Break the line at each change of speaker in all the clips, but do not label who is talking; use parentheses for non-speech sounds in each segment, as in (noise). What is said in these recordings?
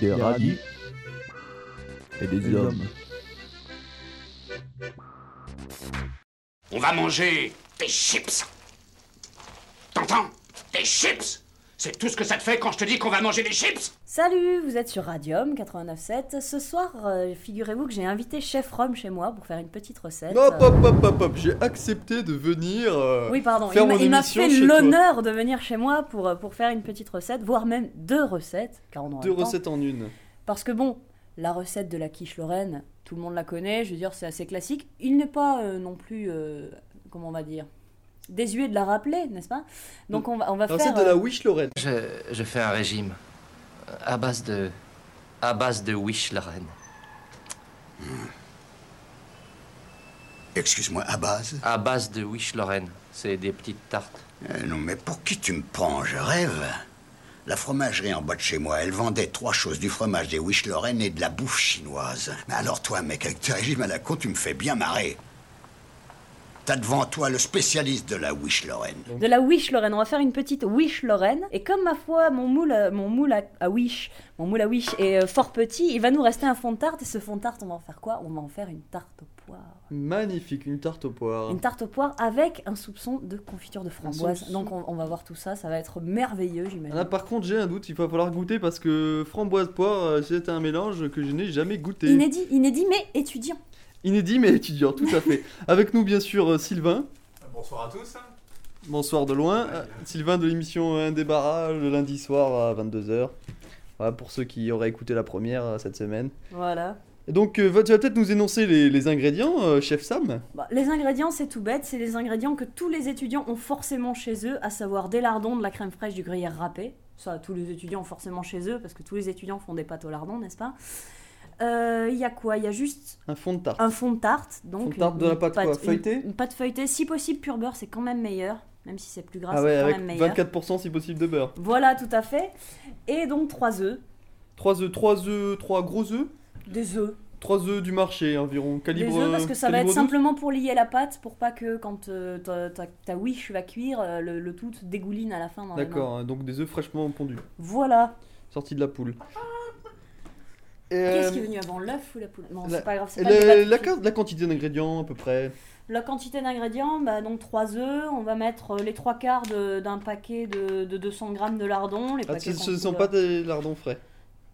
Des radis et des hommes.
On va manger des chips. T'entends Des chips C'est tout ce que ça te fait quand je te dis qu'on va manger des chips
Salut, vous êtes sur Radium 89.7. Ce soir, euh, figurez-vous que j'ai invité Chef Rome chez moi pour faire une petite recette.
Hop,
Euh,
hop, hop, hop, hop, j'ai accepté de venir. euh,
Oui, pardon,
faire
il m'a-
mon
il m'a
émission
fait
chez toi.
l'honneur de venir chez moi pour, euh, pour faire une petite recette, voire même deux recettes, car on en
Deux recettes en une.
Parce que bon, la recette de la quiche Lorraine, tout le monde la connaît, je veux dire, c'est assez classique. Il n'est pas euh, non plus, euh, comment on va dire, désuet de la rappeler, n'est-ce pas Donc on va, on va
Mm. La
faire...
recette de la
euh,
Wish Lorraine.
Je, je fais un régime à base de à base de wish la reine.
Excuse-moi, à base
À base de wish Lorraine, c'est des petites tartes.
Euh, Non, mais pour qui tu me prends Je rêve. La fromagerie en bas de chez moi, elle vendait trois choses du fromage des Wish Lorraine et de la bouffe chinoise. Mais alors, toi, mec, avec tes régimes à la con, tu me fais bien marrer. T'as devant toi le spécialiste de la Wish Lorraine.
de la Wish Lorraine, on va faire une petite Wish Lorraine. Et comme ma foi, mon moule, à- mon moule à, à Wish, mon moule à Wish est euh, fort petit, il va nous rester un fond de tarte. Et ce fond de tarte, on va en faire quoi On va en faire une tarte aux poires.
Magnifique, une tarte aux poires.
Une tarte aux poires avec un soupçon de confiture de framboise.
soupçon.
Donc on, on va voir tout ça, ça va être merveilleux, j'imagine.
Là, Ah, par contre, j'ai un doute, il va falloir goûter parce que framboise-poire, euh, c'est un mélange que je n'ai jamais goûté.
Inédit, inédit, mais étudiant.
Inédit, mais étudiant, tout à
(laughs)
fait. Avec nous, bien sûr, euh, Sylvain.
Bonsoir à tous.
Bonsoir de loin. Euh, Sylvain de l'émission euh, Un débarras, le lundi soir à 22h. Voilà, pour ceux qui auraient écouté la première euh, cette semaine.
Voilà.
Et donc, euh, va- tu vas peut-être nous énoncer les, les ingrédients, euh, chef Sam
Bah, les ingrédients, c'est tout bête, c'est les ingrédients que tous les étudiants ont forcément chez eux, à savoir des lardons, de la crème fraîche, du gruyère râpé. Ça, tous les étudiants ont forcément chez eux, parce que tous les étudiants font des pâtes aux lardons, n'est-ce pas Euh, Il y a quoi Il y a juste
Un fond de tarte.
un fond de tarte. Donc
Fond de tarte, de la pâte, quoi,
une-
feuilletée
Une pâte feuilletée. Si possible, pur beurre, c'est quand même meilleur, même si c'est plus gras,
Ah
Hein, c'est
ouais,
quand
avec
même meilleur.
24% si possible de beurre.
Voilà, tout à fait. Et donc trois œufs,
3 œufs, 3 œufs, 3 gros œufs.
des œufs.
3 œufs du marché environ, calibre.
les œufs parce que ça va être
calibre 12.
simplement pour lier la pâte pour pas que quand euh, ta, ta, ta wish va cuire euh, le, le tout dégouline à la fin dans les mains.
D'accord, hein, donc des œufs fraîchement pondus,
Voilà.
sortis de la poule. Et,
Qu'est-ce
euh,
qui est venu avant l'œuf ou la poule Non,
la-
c'est pas grave, c'est
et
pas le débat
la,
tout de
la
suite.
quin- la quantité d'ingrédients à peu près.
La quantité d'ingrédients, bah, donc 3 œufs, on va mettre euh, les trois quarts de- d'un paquet de, de 200 grammes de lardons. Les
Ah,
paquets
ce
qu'on
ne sont
trouve,
pas
euh,
des lardons frais.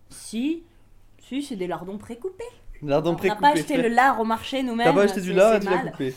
Si, si, c'est des lardons précoupés.
Lardons
on n'a
précoupés.
pas acheté
frais.
le lard au marché nous-mêmes.
T'as pas acheté du
c'est-
lard et
c'est
tu l'as
mal.
coupé.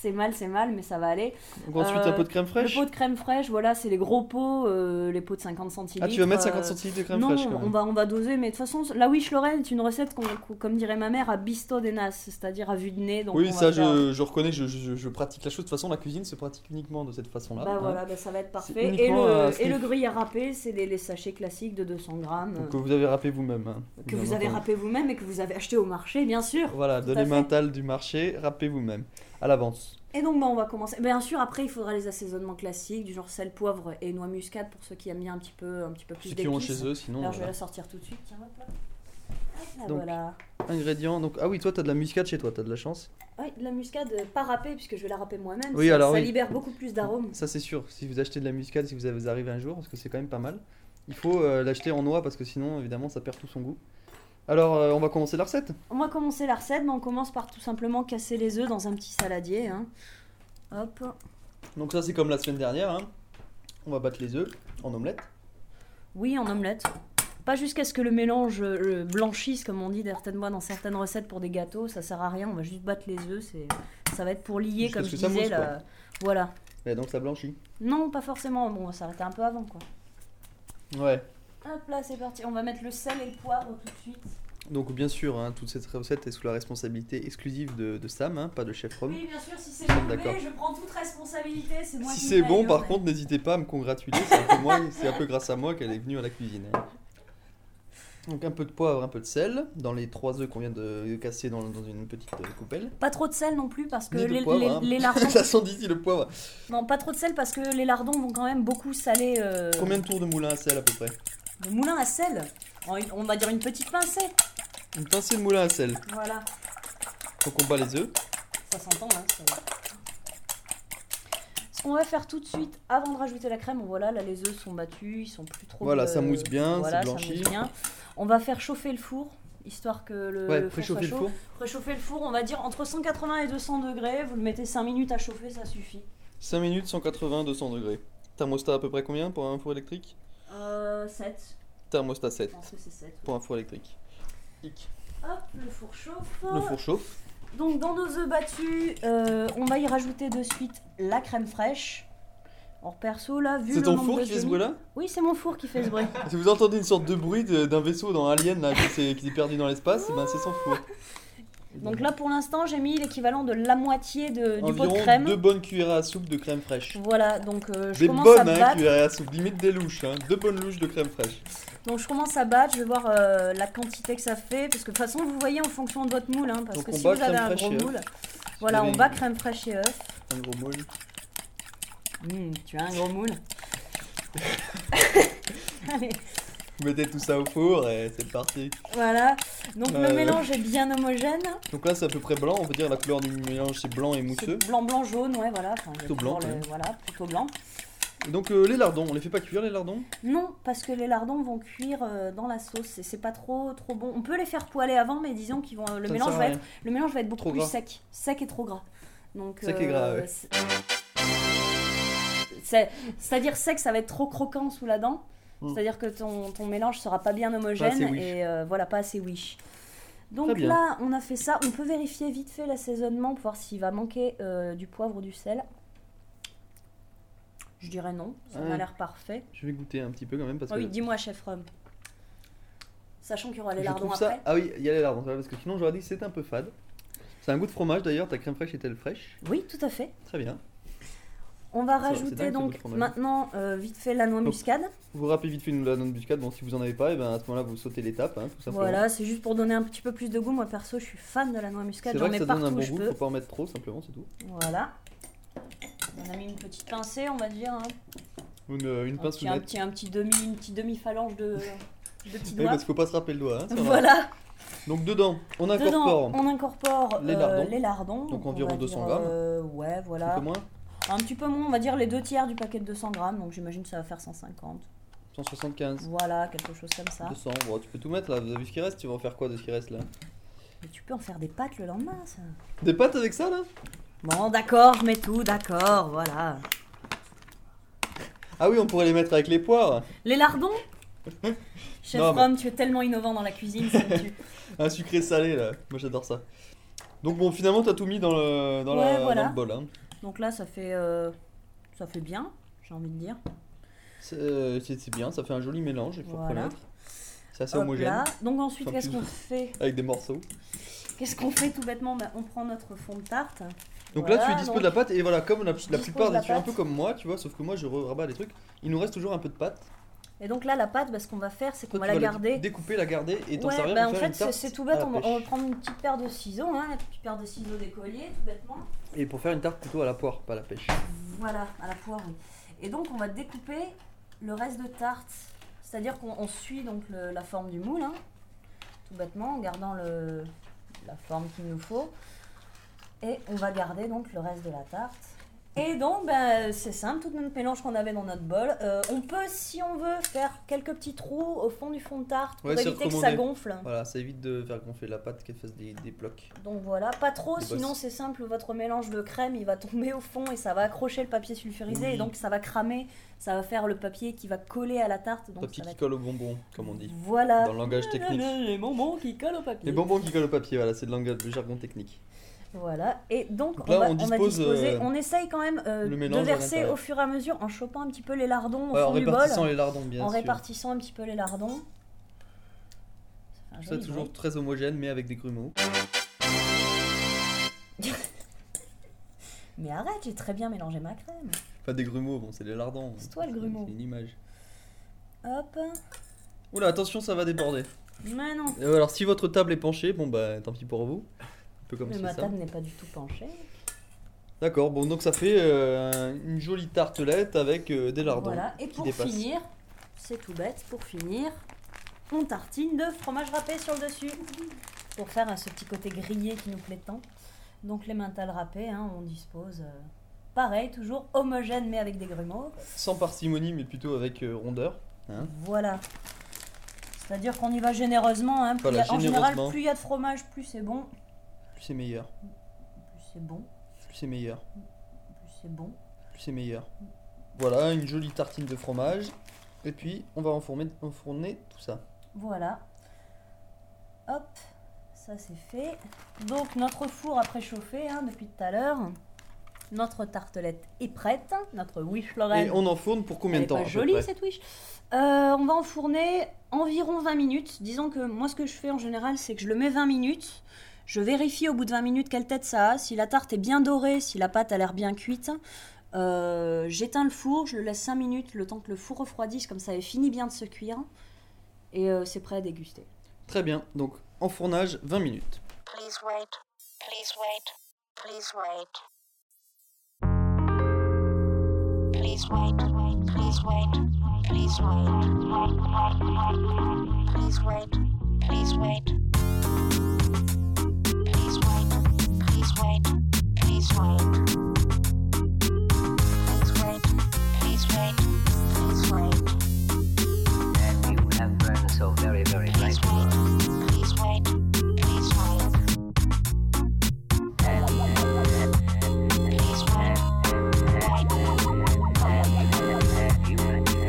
C'est mal, c'est mal, mais ça va aller.
Donc ensuite
Euh,
un peu de crème
Le
fraîche.
pot de crème fraîche, voilà, c'est les gros pots, euh, les pots de euh, 50 cm.
Ah, tu vas mettre 50 centilitres de crème
non,
fraîche quand
on
même.
va, on va doser, mais de toute façon, la Wish Lorraine est une recette, qu'on- qu'on- comme dirait ma mère, à bisto des nas, c'est-à-dire à vue de nez. Donc on
Oui,
va
ça
faire-
je, je reconnais, je, je- je pratique la chose. De toute façon, la cuisine se pratique uniquement de cette façon-là.
Bah
hein.
voilà, bah, ça va être
C'est
parfait. Et
uniquement, euh,
le,
ce
et
qui-
le gruyère râpé, c'est les, les sachets classiques de 200 grammes
Donc,
euh,
que vous avez râpé vous-même. hein,
que
bien
vous avez
entendu.
râpé vous-même et que vous avez acheté au marché, bien sûr.
Voilà,
Tout
de
à fait.
l'émental du marché, râpez vous-même. À l'avance.
Et donc, bah, on va commencer. Bien sûr, après, il faudra les assaisonnements classiques, du genre sel, poivre et noix muscade pour ceux qui aiment bien un petit peu, un petit peu plus
Ceux qui ont
d'épices.
chez eux, sinon.
Alors, je vais
voilà.
la sortir tout de suite. Tiens, hop là. Hop là,
Donc,
voilà.
Ingrédients. Donc, ah oui, toi, t'as de la muscade chez toi, t'as de la chance.
Oui, de la muscade euh, pas râpée, puisque je vais la râper moi-même.
Oui,
ça,
alors
ça
oui.
libère beaucoup plus d'arômes.
Ça, c'est sûr. Si vous achetez de la muscade, si vous avez- vous arrivez un jour, parce que c'est quand même pas mal, il faut euh, l'acheter en noix parce que sinon, évidemment, ça perd tout son goût. Alors, euh, on va commencer la recette.
On va commencer la recette, mais on commence par tout simplement casser les œufs dans un petit saladier. hein. Hop.
Donc, ça, c'est comme la semaine dernière. hein. On va battre les œufs en omelette.
Oui, en omelette. Pas jusqu'à ce que le mélange euh, blanchisse, comme on dit certainement dans certaines recettes pour des gâteaux, ça sert à rien, on va juste battre les œufs, c'est... ça va être pour lier,
Jusqu'à
comme
ce
je
que ça
disais.
mousse,
la- Voilà.
Et donc, ça blanchit.
Non, pas forcément, bon, on va s'arrêter un peu avant, quoi.
Ouais.
Hop là, c'est parti, on va mettre le sel et le poivre tout de suite.
Donc, bien sûr, hein, toute cette recette est sous la responsabilité exclusive de, de Sam, hein, pas de chef Rome.
Oui, bien sûr, si c'est
D'accord.
mauvais, je prends toute responsabilité, c'est moi
Si
qui
c'est
paye,
bon,
hein,
par
mais-
contre, n'hésitez pas à me congratuler. C'est un, peu moi-
(laughs)
c'est un peu grâce à moi qu'elle est venue à la cuisine. hein. Donc un peu de poivre, un peu de sel dans les trois œufs qu'on vient de casser dans, dans une petite euh,
(laughs)
coupelle.
Pas trop de sel non plus, parce que
Ni de
les,
poivre,
les-
hein.
les
(laughs)
lardons...
Ça sent d'ici le poivre.
non, pas trop de sel, parce que les lardons vont quand même beaucoup saler... euh,
Combien de tours de moulin à sel à peu près
Le moulin à sel En une- On va dire une petite pincée.
Une pincée de moulin à sel.
Voilà,
Faut qu'on bat les œufs.
ça s'entend. Hein, ça- qu'on va faire tout de suite avant de rajouter la crème, voilà, là les œufs sont battus, ils sont plus trop.
Voilà,
euh,
ça mousse bien,
voilà,
c'est
ça
blanchi.
mousse bien. On va faire chauffer le four, histoire Euh, que le.
Ouais,
le four
préchauffer
soit
le
chaud.
four.
Préchauffer le four, on va dire entre 180 et 200 degrés. Vous le mettez 5 minutes à chauffer, ça suffit.
5 minutes, 180, 200 degrés. Thermostat à peu près combien pour un four électrique
Euh, 7,
Thermostat 7
je pense que c'est 7.
pour un four électrique. Hic.
Hop, le four chauffe.
Le four chauffe.
Donc dans nos œufs battus, euh, on va y rajouter de suite la crème fraîche. Or perso, là, vu
C'est
le
ton
nombre
four
de
qui fait ce
semis-
bruit-là
Oui, c'est mon four qui fait ce
(laughs)
bruit.
Ah, Si vous entendez une sorte de bruit de- d'un vaisseau dans Alien là, qui s'est qui s'est perdu dans l'espace, eh ben c'est son four.
Donc là, pour l'instant, j'ai mis l'équivalent de la moitié de- du pot de
Environ
crème.
deux bonnes cuillerées à soupe de crème fraîche.
Voilà, donc euh, je
Des
commence à
bonnes hein,
battre.
cuillerées à soupe, limite des louches. Hein. Deux bonnes louches de crème fraîche.
Donc je commence à battre, je vais voir euh, la quantité que ça fait, parce que de toute façon, vous voyez en fonction de votre moule, hein, parce
Donc,
que
on
si vous
bat
avez
crème
un
fraîche
gros
et œufs.
moule, voilà,
avez
on
une-
bat crème fraîche et œufs.
Un gros moule.
Hum, tu as un
(laughs)
gros moule. Allez,
Vous mettez tout ça au four et c'est parti.
voilà. Donc
Euh.
le mélange est bien homogène.
Donc là c'est à peu près blanc, on peut dire la couleur du mélange c'est blanc et mousseux.
C'est Blanc, blanc, jaune, ouais, voilà. Enfin, il y a
Plutôt
toujours
blanc,
le-
ouais.
Voilà, plutôt blanc.
Et donc euh, les lardons, on les fait pas cuire les lardons
Non, parce que les lardons vont cuire euh, dans la sauce et c'est pas trop trop bon. On peut les faire poêler avant, mais disons qu'ils vont euh, le
Ça ne
mélange
sert à
va
rien.
être le mélange va être beaucoup
Trop
plus
gras.
sec, sec et trop gras. Donc euh,
Sec et gras, ouais.
c'est- c'est- C'est-à-dire sec, ça va être trop croquant sous la dent.
Mm.
C'est-à-dire que ton, ton mélange sera pas bien
Pas
homogène
assez wish.
et euh, voilà pas assez wish.
Très
Donc
bien.
là, on a fait ça. On peut vérifier vite fait l'assaisonnement pour voir s'il va manquer euh, du poivre ou du sel. Je dirais non, ça
Ouais.
m'a l'air parfait.
Je vais goûter un petit peu quand même parce
Ah
que
oui, dis-moi, chef Rome. Sachant qu'il y aura les
je
lardons
trouve
après.
ça... Ah oui, il y a les lardons, c'est vrai, parce que sinon j'aurais dit que c'était un peu fade. C'est un goût de fromage d'ailleurs, ta crème fraîche est-elle fraîche
Oui, tout à fait.
Très bien.
On va
C'est- c'est dingue,
rajouter
ce goût de
donc
fromage.
maintenant euh, vite fait la noix
Hop.
muscade.
Vous rappelez vite fait une banane buscade, bon si vous en avez pas, et ben à ce moment-là vous sautez l'étape, hein, tout simplement.
Voilà, c'est juste pour donner un petit peu plus de goût. Moi perso, je suis fan de la noix
C'est
muscade. J'en
vrai que
mets
ça donne
partout
un
où
bon
je
goût,
peux.
faut pas en mettre trop simplement, c'est tout.
Voilà. On a mis une petite pincée, on va dire. hein.
Une, euh, une
Un,
pince
petit, un,
lunette.
petit, un petit demi, une petite demi phalange de, de petits
(laughs) Oui,
doigts.
parce qu'il faut pas se rappeler le doigt. hein, ça va.
voilà.
Donc dedans, on
Dedans,
incorpore
on incorpore
les
euh,
lardons.
les lardons.
Donc
on
environ
va
200
dire,
grammes.
euh, ouais,
un
voilà.
peu moins,
Un petit peu moins, on va dire les deux tiers du paquet de 200 grammes. Donc j'imagine que ça va faire 150.
175,
Voilà, quelque chose comme ça.
200. Bon, tu peux tout mettre là. Vous avez vu ce qui reste Tu vas en faire quoi de ce qui reste là
Mais tu peux en faire des pâtes le lendemain, ça.
Des pâtes avec ça là
Bon, d'accord, je mets tout, d'accord, voilà.
Ah oui, on pourrait les mettre avec les poires.
Les
(laughs)
lardons Chef
Non, mais-
Rome, tu es tellement innovant dans la cuisine, ça me tue.
Un sucré salé là. Moi j'adore ça. Donc bon, finalement t'as tout mis dans le dans, la-
Ouais, voilà.
dans le bol. Hein.
(laughs) Donc là, ça fait, euh, ça fait bien, j'ai envie de dire.
C'est euh, c'est- c'est bien, ça fait un joli mélange. Il faut
Voilà.
reconnaître. C'est assez
Hop
homogène.
là. Donc ensuite,
Enfin,
qu'est-ce
plus-
qu'on fait
Avec des morceaux.
Qu'est-ce qu'on fait tout bêtement Bah, On prend notre fond de tarte.
Donc là,
Voilà,
tu disposes
donc.
de la pâte et voilà, comme la,
Je
la
dispose
plupart
de la
des tu es un
pâte.
peu comme moi, tu vois, sauf que moi je re- rabats les trucs, il nous reste toujours un peu de pâte.
Et donc là, la pâte, bah, ce qu'on va faire, c'est qu'on
Toi,
va
tu
la
vas
garder.
Découper, la garder et t'en
ouais,
servir
bah,
pour
en
faire une
fait, c'est
tarte Ah, bah,
c'est tout
à
bête,
la
on va,
pêche.
on va prendre une petite paire de ciseaux, hein, la petite paire de ciseaux des colliers, tout bêtement.
Et pour faire une tarte plutôt à la poire, pas à la pêche.
Voilà, à la poire, oui. Et donc, on va découper le reste de tarte. C'est-à-dire qu'on on suit donc le- la forme du moule, hein, tout bêtement, en gardant le, la forme qu'il nous faut. Et on va garder donc le reste de la tarte. Et donc, ben, c'est simple, tout notre mélange qu'on avait dans notre bol. Euh, on peut, si on veut, faire quelques petits trous au fond du fond de tarte pour
Ouais, c'est
éviter que ça
recommandé.
gonfle.
Voilà, ça évite de faire gonfler la pâte qu'elle fasse des, des blocs.
Donc voilà, pas trop,
Des
sinon
bosses.
c'est simple, votre mélange de crème, il va tomber au fond et ça va accrocher le papier sulfurisé
Oui.
et donc ça va cramer, ça va faire le papier qui va coller à la tarte. Donc
Papier qui
ça va être- Ah.
colle au bonbon, comme on dit.
Voilà.
Dans le langage technique.
(laughs) Blablabla, Les bonbons qui collent au papier.
Les bonbons qui collent au papier, voilà, c'est le langage du jargon technique.
Voilà, et donc,
Donc
on,
là,
va,
on
on va
dispose,
disposer,
euh,
on essaye quand même euh,
le mélange
de
à
verser
l'intérieur.
au fur et à mesure en chopant un petit peu les lardons au
Ouais, en
fond du bol,
répartissant les lardons, bien
en
sûr.
répartissant un petit peu les lardons. Ça fait un
Ça,
joli
toujours
bruit.
très homogène, mais avec des grumeaux.
Mais arrête, j'ai très bien mélangé ma crème.
Enfin, des grumeaux, bon, c'est les lardons.
C'est toi, le grumeau.
C'est une image.
Hop,
Oula, attention, ça va déborder.
mais non.
Euh, Alors, si votre table est penchée, bon, bah, tant pis pour vous. Un peu comme
Mais
c'est
ma
ça.
table n'est pas du tout penchée.
D'accord, bon, donc ça fait euh, une jolie tartelette avec euh, des lardons.
Voilà, et
qui
pour
dépassent.
finir, c'est tout bête, pour finir, on tartine de fromage râpé sur le dessus pour faire euh, ce petit côté grillé qui nous plaît tant. Donc les mentales râpées, hein, on hein, dispose euh, pareil, toujours homogène mais avec des grumeaux.
Sans parcimonie, mais plutôt avec euh, rondeur. hein.
Voilà. C'est-à-dire qu'on y va généreusement. hein. Plus
Voilà,
y a- en général,
généreusement.
plus il y a de fromage, plus c'est bon.
Plus c'est meilleur.
Plus c'est bon.
Plus c'est meilleur.
Plus c'est bon.
Plus c'est meilleur. Voilà, une jolie tartine de fromage. Et puis, on va enfourner, enfourner tout ça.
Voilà. Hop, ça c'est fait. Donc notre four a préchauffé hein, depuis tout à l'heure. Notre tartelette est prête. Notre wish
Et on enfourne pour combien de temps à
pas
peu
jolie
près
cette wish. Euh, on va enfourner environ 20 minutes. Disons que moi ce que je fais en général c'est que je le mets 20 minutes. Je vérifie au bout de 20 minutes quelle tête ça a, si la tarte est bien dorée, si la pâte a l'air bien cuite. Euh, J'éteins le four, je le laisse 5 minutes, le temps que le four refroidisse, comme ça elle finit bien de se cuire. Et euh, c'est prêt à déguster.
Très bien, donc enfournage 20 minutes.
Please wait. Please wait. Please wait. Please wait. Please wait. Please wait. Please wait. Please wait. Please wait. Please wait. Please wait. Please wait. Please wait. Please wait.
And you have burned so very, very
Please
brightly.
wait. Please wait. Please wait.
And, and, and, and,
Please wait.
and you, and, and, and, and you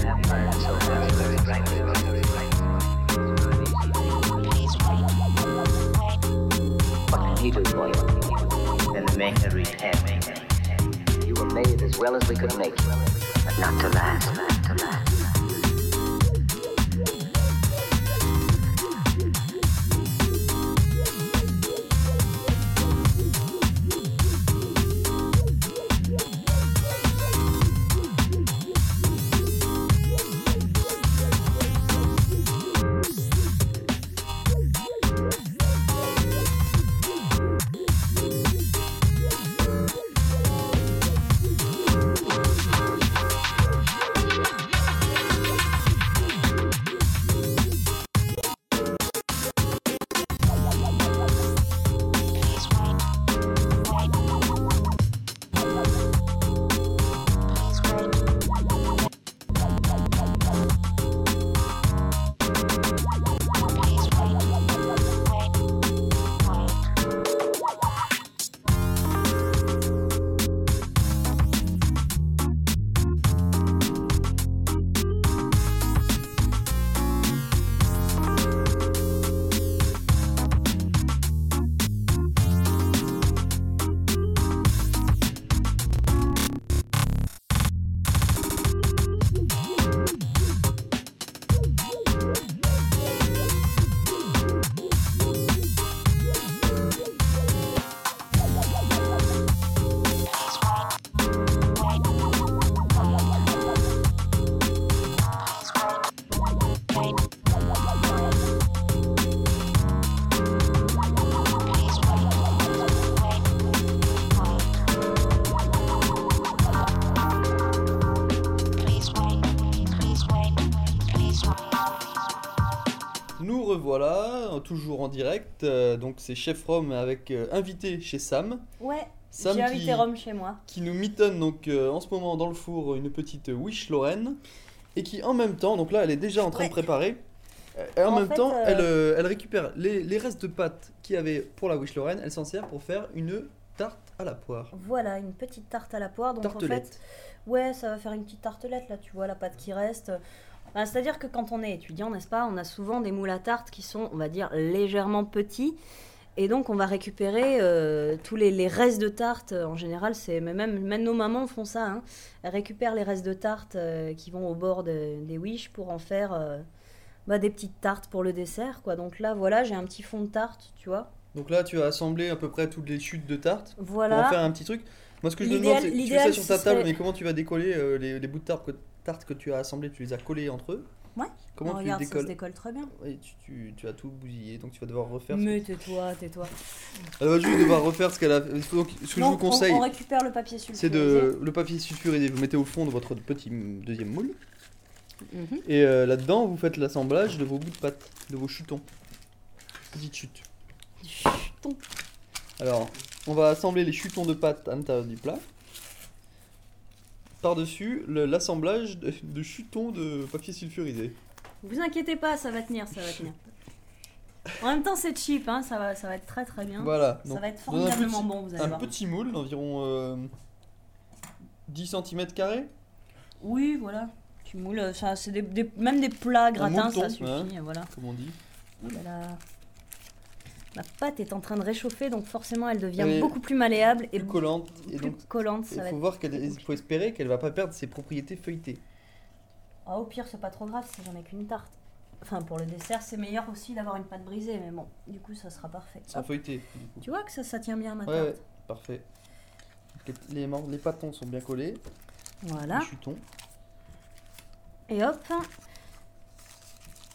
have burned so very, very brightly, very, very brightly.
Please wait. Wait.
What can he do for you? Then make a repair. You were made as well as we could make you, but not to last, not to last.
Please wait. Wait. Please wait. Please wait. Wait. Wait. Please wait. Wait. Wait. Please wait. Wait. Please wait. Wait. Wait. Please wait. Please wait. Please wait.
Nous revoilà, euh, toujours en direct. euh, donc c'est Chef Rome avec euh, invité chez Sam,
Ouais,
Sam
j'ai
qui-
invité Rome chez moi.
qui nous mitonne donc euh, en ce moment dans le four une petite euh, Wish Lorraine, et qui en même temps, donc là elle est déjà en train de
Ouais.
préparer, euh, et en,
En
même
fait,
temps
euh,
elle, euh, elle récupère les, les restes de pâtes qu'il y avait pour la Wish Lorraine, elle s'en sert pour faire une tarte à la poire.
Voilà, une petite tarte à la poire. Donc en fait,
Tartelette.
ouais, ça va faire une petite tartelette là, tu vois la pâte qui reste. Bah, C'est-à-dire que quand on est étudiant, n'est-ce pas, on a souvent des moules à tarte qui sont, on va dire, légèrement petits. Et donc on va récupérer euh, tous les, les restes de tarte. euh, En général, c'est mais même, même nos mamans font ça. Hein. Elles récupèrent les restes de tarte euh, qui vont au bord de- des wish pour en faire euh, bah, des petites tartes pour le dessert. quoi. Donc là, voilà, j'ai un petit fond de tarte, tu vois.
Donc là tu as assemblé à peu près toutes les chutes de tarte.
Voilà.
pour en faire un petit truc. Moi, ce que je me
L'idéal-
demande, c'est tu fais ça
l'idéal,
sur ta
ce
table,
serait-
mais comment tu vas décoller euh, les, les bouts de tarte que, tarte que tu as assemblés Tu les as collés entre eux
Ouais.
Comment
Oh,
tu
regarde,
les
ça se
décolles
décolle très bien.
Oui, tu, tu- tu as tout bousillé, donc tu vas devoir refaire. ce
Mais tais-toi, tais-toi.
que- Elle va juste devoir refaire ce qu'elle a. il faut donc- ce que je
Non,
vous
on-
conseille,
On, récupère le papier sulfurisé.
c'est de le papier sulfurisé. Vous mettez au fond de votre petit m- deuxième moule,
Mhm.
et euh, là-dedans, vous faites l'assemblage de vos bouts de pâte, de vos chutons. Petite chute.
Chuton.
Alors, On va assembler les chutons de pâte à l'intérieur du plat. Par-dessus, le- l'assemblage de, de chutons de papier sulfurisé.
Vous inquiétez pas, ça va tenir, ça va tenir. En même temps, c'est cheap, hein, ça, va, ça va être très très bien.
Voilà.
Hein, ça
donc,
va être
dans un petit-
formidablement bon, vous allez
Un
voir.
petit moule d'environ euh, 10 cm carrés.
Oui, voilà. Tu moules, euh, ça, c'est des, des- même des plats gratins,
mouton, hein.
ça suffit. euh,
ouais.
Voilà.
comme on dit.
Oh là là. Ma pâte est en train de réchauffer, donc forcément, elle devient
Oui.
beaucoup plus malléable et
Plus collante. Et
plus
donc,
collante.
il
Ça va
faut
être...
voir qu'elle, il
compliqué.
faut espérer qu'elle va pas perdre ses propriétés feuilletées.
Ah, au pire, c'est pas trop grave si j'en ai qu'une tarte. Enfin, pour le dessert, c'est meilleur aussi d'avoir une pâte brisée, mais bon, du coup, ça sera parfait.
Sans
Hop.
feuilleté.
Tu vois que ça, ça tient bien ma
Ouais,
tarte.
ouais, parfait. Les, les, mor- les pâtons sont bien collés.
Voilà.
Les chutons.
Et hop.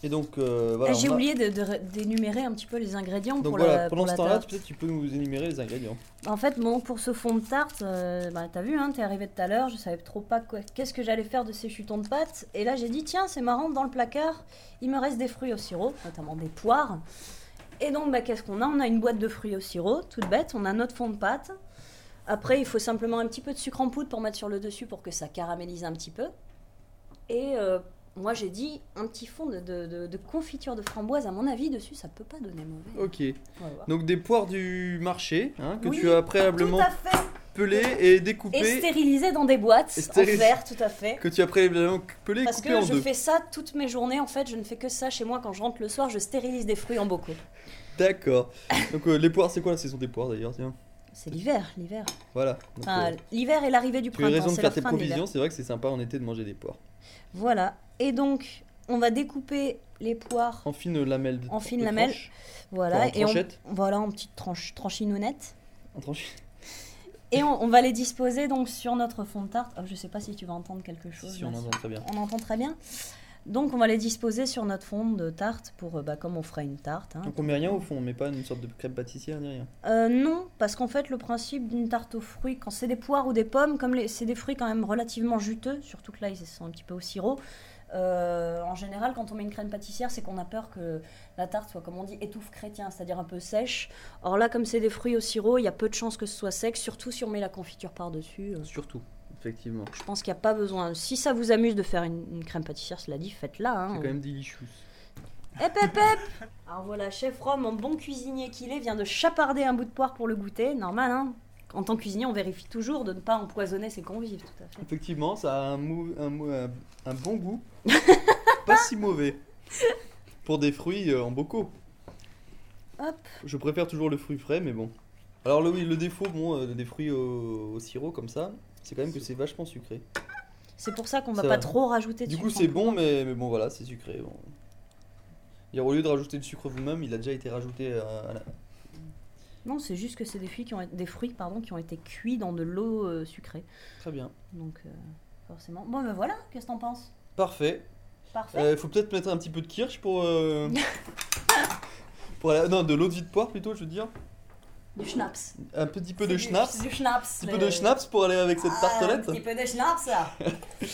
Et donc, euh, voilà.
Ah, J'ai
on a-
oublié de- de ré- d'énumérer un petit peu les ingrédients
Donc
pour
voilà,
la,
pendant
pour
ce
la
temps-là,
tarte.
peut-être tu peux nous énumérer les ingrédients.
En fait, bon, pour ce fond de tarte, euh, bah, t'as vu, hein, t'es arrivé tout à l'heure, je savais trop pas quoi- qu'est-ce que j'allais faire de ces chutons de pâte. Et là, j'ai dit, tiens, c'est marrant, dans le placard, il me reste des fruits au sirop, notamment des poires. Et donc, bah, qu'est-ce qu'on a On a une boîte de fruits au sirop, toute bête, on a notre fond de pâte. Après, il faut simplement un petit peu de sucre en poudre pour mettre sur le dessus pour que ça caramélise un petit peu. Et euh, moi, j'ai dit, un petit fond de, de- de- de confiture de framboise, à mon avis, dessus, ça peut pas donner mauvais.
Ok.
On va voir.
Donc des poires du marché hein, que
Oui, Ah,
tu as
Tout
préalablement
à fait
pelées et
Et
découpées.
stérilisé dans des boîtes
Et
en
stéri-
verre, tout à fait.
Que tu as préalablement pelées et
Parce
coupées
que
en
je
deux.
fais ça toutes mes journées, en fait, je ne fais que ça chez moi quand je rentre le soir, je stérilise des fruits en bocaux.
D'accord. Donc euh, les poires, c'est quoi la saison des poires d'ailleurs Tiens,
C'est l'hiver, l'hiver.
voilà. Donc,
Enfin,
euh,
l'hiver et l'arrivée du
tu as
printemps,
raison de
c'est la
faire tes
fin de l'hiver.
provisions, c'est vrai que c'est sympa en été de manger des poires.
Voilà. Et donc, on va découper les poires,
En fine lamelle. de-
En fine
de
lamelle.
tranche.
voilà,
en
et on,
tranchette.
voilà en petites tranches, tranchinounette.
En tranche. (laughs)
Et on, on va les disposer donc sur notre fond de tarte. Oh, je sais pas si tu vas entendre quelque chose.
Si on
là,
en entend très bien.
On entend très bien. Donc, on va les disposer sur notre fond de tarte pour, euh, bah, comme on ferait une tarte. hein.
Donc on met rien au fond, on met pas une sorte de crêpe pâtissière ni rien.
Euh, non, parce qu'en fait, le principe d'une tarte aux fruits, quand c'est des poires ou des pommes, comme les- c'est des fruits quand même relativement juteux, surtout que là, ils sont un petit peu au sirop. euh, en général, quand on met une crème pâtissière, c'est qu'on a peur que la tarte soit, comme on dit, étouffe chrétien, c'est-à-dire un peu sèche. Or là, comme c'est des fruits au sirop, il y a peu de chances que ce soit sec, surtout si on met la confiture par-dessus. euh,
Surtout, effectivement.
Je pense qu'il n'y a pas besoin. Si ça vous amuse de faire une, une crème pâtissière, cela dit, faites-la. hein.
C'est quand même délicieux.
Hep, hep, hep. Alors voilà, chef Rome, en bon cuisinier qu'il est, vient de chaparder un bout de poire pour le goûter. Normal, hein En tant que cuisinier, on vérifie toujours de ne pas empoisonner ses convives, tout à fait.
Effectivement, ça a un, mou- un, mou- un- un bon
(laughs)
goût, pas si mauvais pour des fruits euh, en bocaux.
Hop.
Je préfère toujours le fruit frais, mais bon. Alors le, oui, le défaut, bon, euh, des fruits au, au sirop comme ça, c'est quand même que c'est vachement sucré.
C'est pour ça qu'on va
Ça
pas
va.
trop rajouter de
Du coup,
sucre en
c'est
plus.
bon, mais, mais bon, voilà, c'est sucré. bon. Hier, au lieu de rajouter du sucre vous-même, il a déjà été rajouté euh, à, à la-
Non, c'est juste que c'est des fruits, qui ont, été- des fruits pardon, qui ont été cuits dans de l'eau euh, sucrée.
Très bien.
Donc, euh, forcément. Bon, ben voilà, qu'est-ce que t'en penses
Parfait. Euh, Il
Parfait.
faut peut-être mettre un petit peu de kirsch pour...
(laughs)
euh, pour la- non, de l'eau de vie de poire plutôt, je veux dire.
Du schnapps.
Un petit peu
C'est
de
du-
schnapps.
c'est Du schnapps. euh,
Un petit
le-
peu de schnapps pour aller avec cette
Ah,
tartelette.
Un petit peu de schnapps. là. (laughs)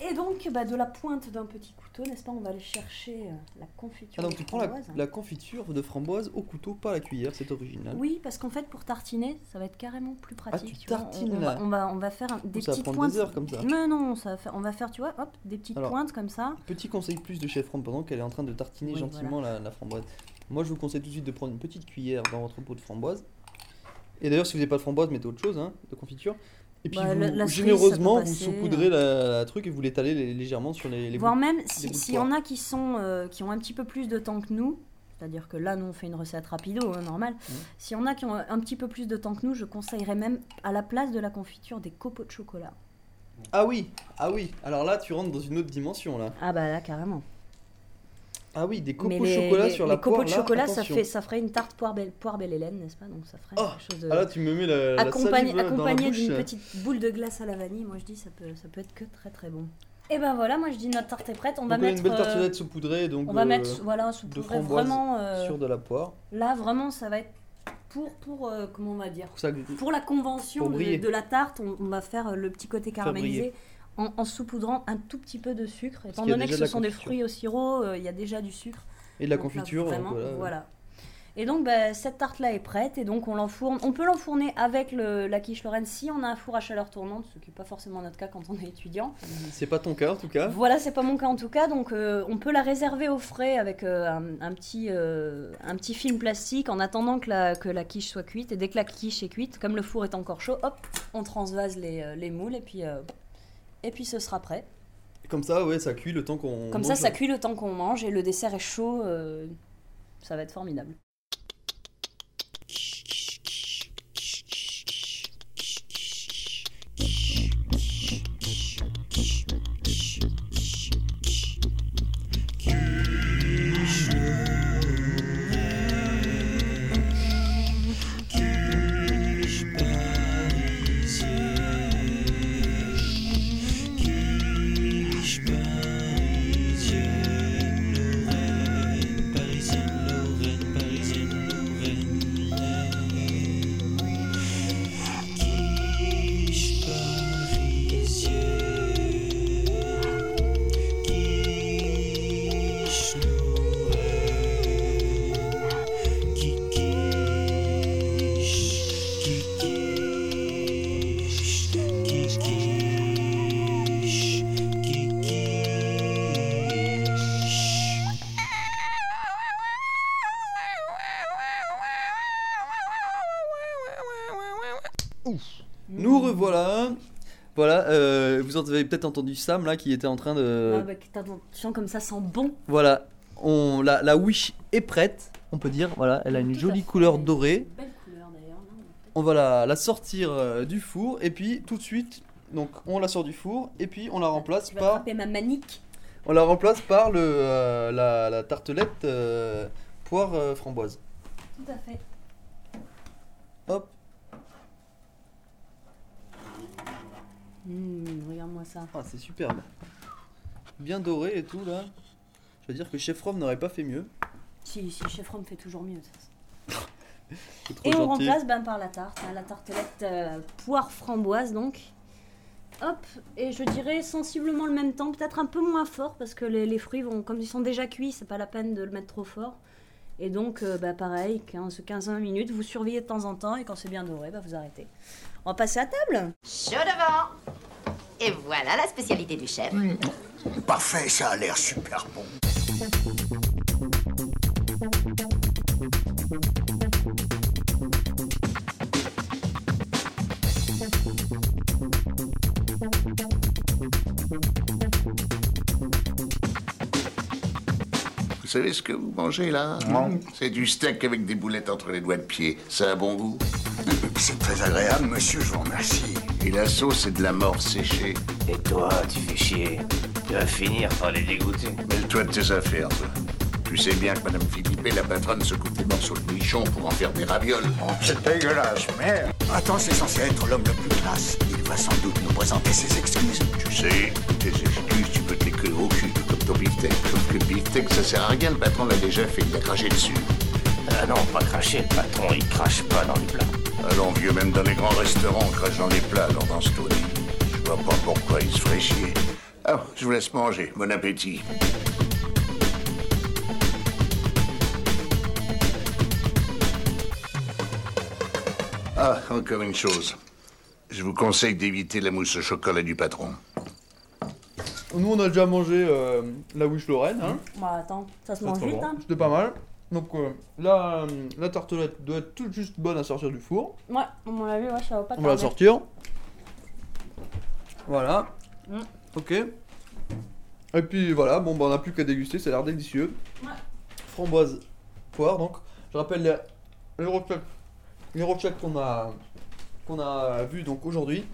Et donc, bah, de la pointe d'un petit couteau, n'est-ce pas On va aller chercher euh, la confiture.
Ah, donc
de
tu prends la,
framboise.
la confiture de framboise au couteau, pas à la cuillère, c'est original.
Oui, parce qu'en fait, pour tartiner, ça va être carrément plus pratique.
Ah, tu
vois. On-
tartines,
on, va,
là.
on, va, on va faire un- des
Ça va
petites
prendre
pointes.
des heures comme ça.
Mais non, ça va faire- on va faire, tu vois, hop, des petites
Alors.
pointes comme ça.
Petit conseil plus de chef Rome pendant qu'elle est en train de tartiner
Oui,
gentiment la, la framboise. Moi, je vous conseille tout de suite de prendre une petite cuillère dans votre pot de framboise. Et d'ailleurs, si vous n'avez pas de framboise, mettez autre chose, hein, de confiture. Et puis,
Bah,
vous-
la- la cerise, ça peut
généreusement, vous
passer. hein.
saupoudrez la, la truc et vous l'étalez lé- légèrement sur les, les
Voire
bouts.
même, si-
bouts de
s'il y
poire.
en a qui, sont, euh, qui ont un petit peu plus de temps que nous, c'est-à-dire que là, nous, on fait une recette rapido, hein, normal.
Mhm.
S'il y en a qui ont un petit peu plus de temps que nous, je conseillerais même, à la place de la confiture, des copeaux de chocolat.
Ah oui, ah oui. Alors là, tu rentres dans une autre dimension, là.
Ah bah là, carrément.
Ah oui, des
Mais
copeaux de
les-
chocolat
les-
sur la
les copeaux
poire,
de
là,
chocolat, ça,
attention.
fait, ça ferait une tarte poire belle, poire belle Hélène, n'est-ce pas Donc ça ferait
Oh
quelque chose de...
Ah là, tu me mets la, la
accompagné
salive dans la
accompagné
bouche.
d'une petite boule de glace à la vanille, moi je dis ça peut, ça peut être que très très bon. Et ben voilà, moi je dis notre tarte est prête, on va
Donc,
mettre...
une belle
euh,
tartelette saupoudrée, donc
on va
euh,
mettre, voilà, sous
de
poudrée,
framboise
vraiment... euh,
sur de la poire.
Là vraiment ça va être pour, pour euh, comment on va dire
Pour ça,
Pour la convention
Pour
de-
briller.
de, la tarte, on, on va faire euh, le petit côté
briller.
caramélisé en, en saupoudrant un tout petit peu de sucre. Étant
qu'il y a
donné
déjà
que
de la
ce sont des
confiture.
fruits au sirop, euh, il y a déjà du sucre.
et de la
Donc là,
confiture, donc
vraiment,
voilà.
voilà. Et donc, bah, cette tarte-là est prête, et donc on l'enfourne. On peut l'enfourner avec le, la quiche Lorraine si on a un four à chaleur tournante, ce qui n'est pas forcément notre cas quand on est étudiant.
C'est pas ton cas en tout cas.
Voilà, c'est pas mon cas en tout cas, donc euh, on peut la réserver au frais avec euh, un, un petit, euh, un petit film plastique en attendant que la, que la quiche soit cuite. Et dès que la quiche est cuite, comme le four est encore chaud, hop, on transvase les, euh, les moules, et puis, euh, et puis ce sera prêt.
Comme ça, ouais, ça cuit le temps qu'on.
Comme ça, ça cuit le temps qu'on mange et le dessert est chaud. euh, ça va être formidable.
Nous
Mmh.
revoilà. Voilà, euh, vous avez peut-être entendu Sam là qui était en train de.
Ah, bah, t'as ton- tu sens comme ça sent bon.
Voilà, on, la, la Wish est prête, on peut dire. Voilà, elle a une
Tout à
jolie
fait.
couleur dorée.
Belle couleur d'ailleurs. non
On va la, la sortir euh, du four et puis tout de suite, donc on la sort du four et puis on la remplace
Je vais
par,
attraper ma manique.
on la remplace par le euh, la, la tartelette euh, poire euh, framboise.
Tout à fait.
Hop,
Hmm, Regarde-moi ça.
ah c'est superbe, bien doré et tout là. Je veux dire que Chef Rome n'aurait pas fait mieux.
Si, si, chef Rome fait toujours mieux. de toute façon.
C'est trop
Et on
gentil.
remplace ben, par la tarte, hein, la tartelette euh, poire framboise donc. Hop, et je dirais sensiblement le même temps, peut-être un peu moins fort parce que les, les fruits vont, comme ils sont déjà cuits, c'est pas la peine de le mettre trop fort. Et donc, euh, bah, pareil, 15, 15 minutes, vous surveillez de temps en temps et quand c'est bien doré, bah, vous arrêtez. On va passer à table
Chaud devant Et voilà la spécialité du chef.
Parfait, ça a l'air super bon.
Vous savez ce que vous mangez là C'est du steak avec des boulettes entre les doigts de pied. Ça a bon goût.
C'est très agréable, monsieur, je vous remercie.
Et la sauce est de la mort séchée.
Et toi, tu fais chier. Tu vas finir par les dégoûter.
Mêle-toi de tes affaires, toi. Tu sais bien que Madame Philippe, la patronne, se coupe des morceaux de nichon pour en faire des ravioles.
Oh, c'est dégueulasse, merde. Attends, c'est censé être l'homme le plus classe. Il va sans doute nous présenter ses excuses.
Tu sais, tes excuses, tu peux te les cuire au cul, comme ton beefsteak. Sauf que le beefsteak, ça sert à rien, le patron l'a déjà fait, il a craché dessus.
Ah non, pas cracher, le patron, il crache pas dans les plats.
Allons, vieux, même dans les grands restaurants, on crache dans les plats, alors dans ce taudis. Je vois pas pourquoi il se ferait chier. Ah, je vous laisse manger. Bon appétit. Ah, encore une chose. Je vous conseille d'éviter la mousse au chocolat du patron.
Nous on a déjà mangé euh, la Wish Lorraine. Hein.
Bah attends, ça se
C'est
mange
trop
vite
bon.
hein
C'était pas mal. Donc euh, la, euh, la tartelette doit être toute juste bonne à sortir du four.
Ouais, on l'a vu, ouais, ça va pas
On va la
tarder.
sortir. Voilà.
Mm.
Ok. Et puis voilà, bon bah on n'a plus qu'à déguster, ça a l'air délicieux.
Ouais.
Framboise, poire donc. Je rappelle les, les recettes- les recettes qu'on a qu'on a vu donc aujourd'hui.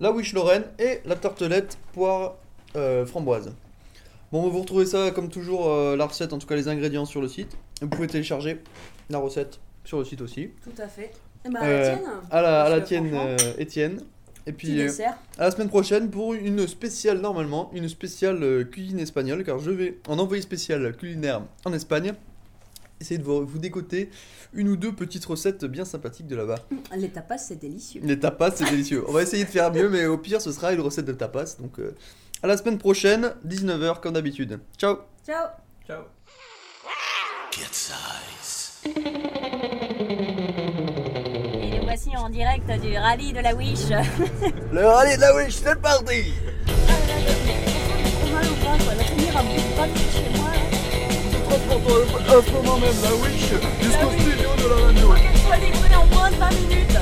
La Wish Lorraine et la tartelette poire euh, framboise. Bon, vous retrouvez ça comme toujours, euh, la recette, en tout cas les ingrédients sur le site. Vous pouvez télécharger la recette sur le site aussi.
Tout à fait. Et bah
Euh,
la tienne
À la, à la
Parce que
tienne,
franchement,
euh, Étienne. Et
Petit
puis euh,
dessert.
à la semaine prochaine pour une spéciale, normalement, une spéciale euh, cuisine espagnole, car je vais en envoyer spéciale culinaire en Espagne. Essayer de vous, vous décoter une ou deux petites recettes bien sympathiques de là-bas.
Les tapas, c'est délicieux.
Les tapas, c'est délicieux. On va essayer de faire mieux, mais au pire, ce sera une recette de tapas. Donc euh, à la semaine prochaine, 19h comme d'habitude. Ciao
Ciao
Kid size.
Et nous voici en direct du rallye de la Wish.
Le rallye de la Wish, c'est parti
Pas mal ou pas, quoi. La première a beaucoup pas de chez moi. là.
Un moment même, la Wish, jusqu'au studio de la radio.
Qu'elle soit livrée en moins de 20 minutes.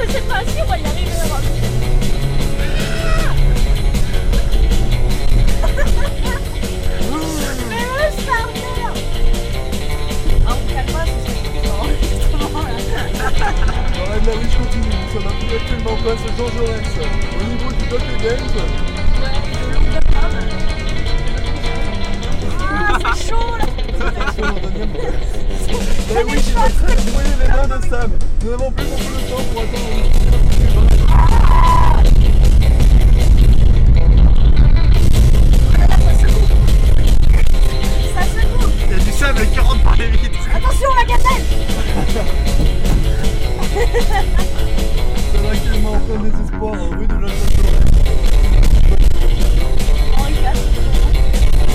Je sais pas si on va y arriver. hein. Mais le charnière Ah, on calme pas, ce serait triste, hein, justement, là.
Le rallye de la Wish continue, nous sommes actuellement place Jean Jaurès. Au niveau du Doc et Games,
Ouais, le long de femme. Ah, c'est chaud, là
c'est londonien. La Wish est en train de brûler les mains de Sam. Nous n'avons plus beaucoup de temps pour attendre.
Ça secoue
Il y a du sable qui rentre par les vitres.
Attention, la gazelle
C'est vrai qu'il m'a en plein désespoir hein, rue de la Chapelle.
Henri IV,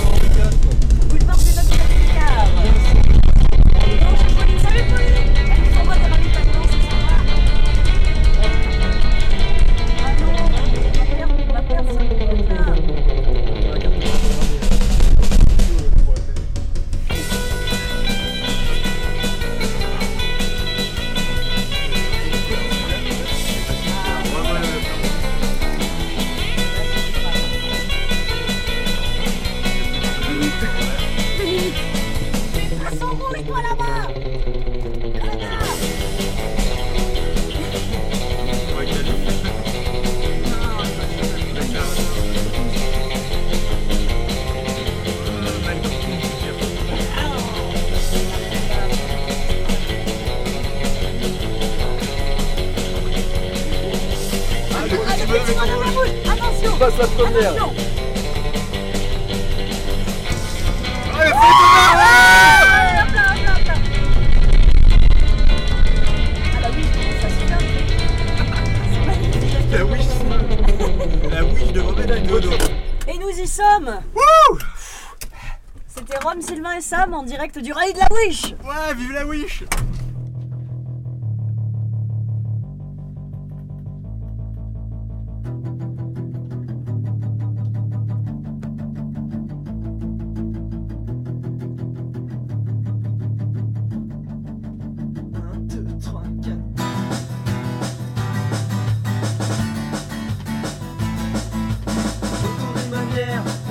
Henri IV.
boulevard des Noces de la Donc, je vous dis, salut Pauline Elle nous envoie des ravis pas dedans, c'est sympa Ah non, on va perdre, on va perdre ça, putain. Ah, sans roue, et toi là-bas
Ah, le petit
Attention,
bonhomme est
la
drôle.
baboule Attention
Passe la première.
Attention
Allez, fais-toi
Ah, hop là, hop là, hop là. Ah bah oui, ça se tient. C'est magnifique.
La Wish. La Wish de Robin Dodo.
Et nous y sommes C'était Rome, Sylvain et Sam en direct du Rallye de la Wish
Ouais, vive la Wish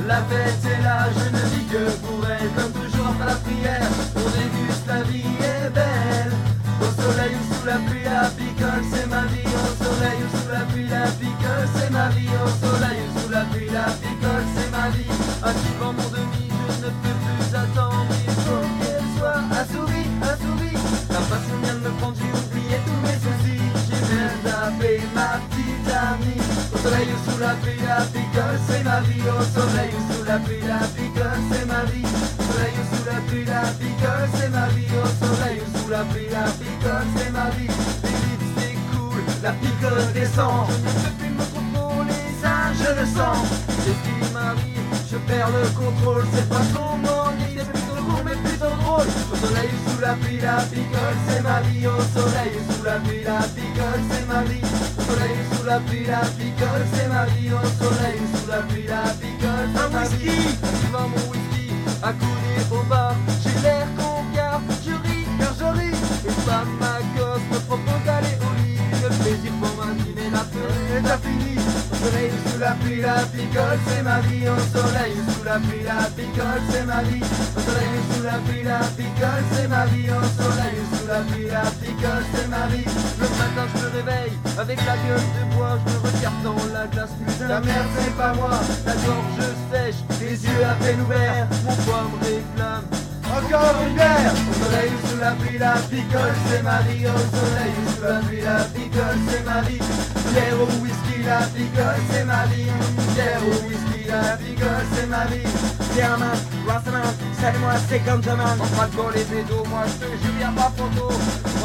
La fête est là, je ne vis que pour elle Comme toujours après la prière, on déguste la vie est belle Au soleil ou sous la pluie, la picole c'est ma vie Au soleil ou sous la pluie, la picole c'est ma vie Au soleil ou sous la pluie, la picole c'est ma vie Assis devant mon demi, je ne peux plus attendre Il faut qu'elle soit assourie, assourie La passion vient de me prendre, j'ai oublié tous mes soucis J'ai bien tapé ma petite amie Au soleil ou sous la pluie, la picole c'est ma vie Au soleil ou sous la pluie, la picole c'est ma vie Au soleil ou sous la pluie, la picole c'est ma vie Au soleil ou sous la pluie, la picole c'est ma vie Les vides s'écoulent, la picole descend Je ne peux plus me contrôler les âges, je le sens C'est ce qui m'arrive, je perds le contrôle C'est pas qu'on m'ennuie, c'est plutôt court mais plutôt drôle Au soleil ou sous la pluie, la picole c'est ma vie Au soleil ou sous la pluie, la picole c'est ma vie Au soleil ou sous la pluie, la picole c'est ma vie Au soleil ou sous la pluie, la picole c'est ma vie Tu vas mon whisky, accoudé au bar J'ai l'air qu'on garde, je ris car je ris Et pas ma gosse me propose d'aller au lit Le plaisir pour ma vie mais la peur est déjà finie Au soleil ou sous la pluie, la picole c'est ma vie Au soleil ou sous la pluie, la picole c'est ma vie Au soleil ou sous la pluie, la picole c'est ma vie Au soleil ou sous la pluie, la picole c'est ma vie Le matin je me réveille avec la gueule de bois Je me regarde dans la glace, putain la merde c'est pas moi La gorge sèche, les yeux à peine ouverts Mon poids me réclame encore une bière Au soleil ou sous la pluie, la picole, c'est ma vie Au soleil ou sous la pluie, la picole, c'est ma vie Une Bière au whisky, la picole, c'est ma vie Une Bière au whisky, la picole, c'est ma vie Bière mince, Wasserman, salut-moi, c'est comme demain On pas pour les bédos, moi je te jure, y'a pas photo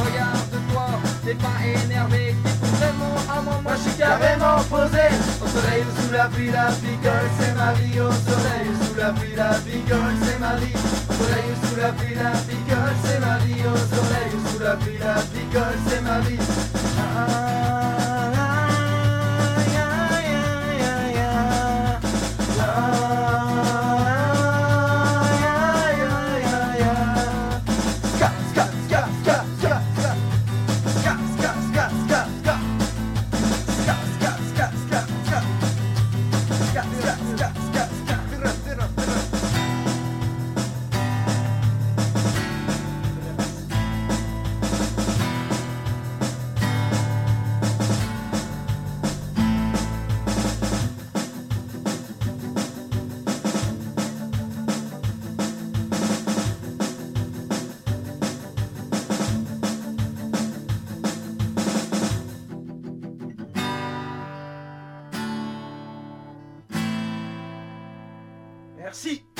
Regarde-toi, t'es pas énervé T'es vraiment à moi, moi je suis carrément posé Au soleil ou sous la pluie, la picole, c'est ma vie Au soleil ou sous la pluie, la picole, c'est ma vie au soleil ou sous la pluie, la picole, c'est ma vie. Au soleil ou sous la pluie, la picole, c'est ma vie. Aïe, aïe, aïe, aïe, aïe. Aïe, aïe, aïe, aïe. Ska, ska, ska, ska, ska, ska. Ska, ska, ska, ska, ska. Ska, ska, ska, ska, ska. Ska, ska, ska, ska, ska. Tira, tira, tira. Merci.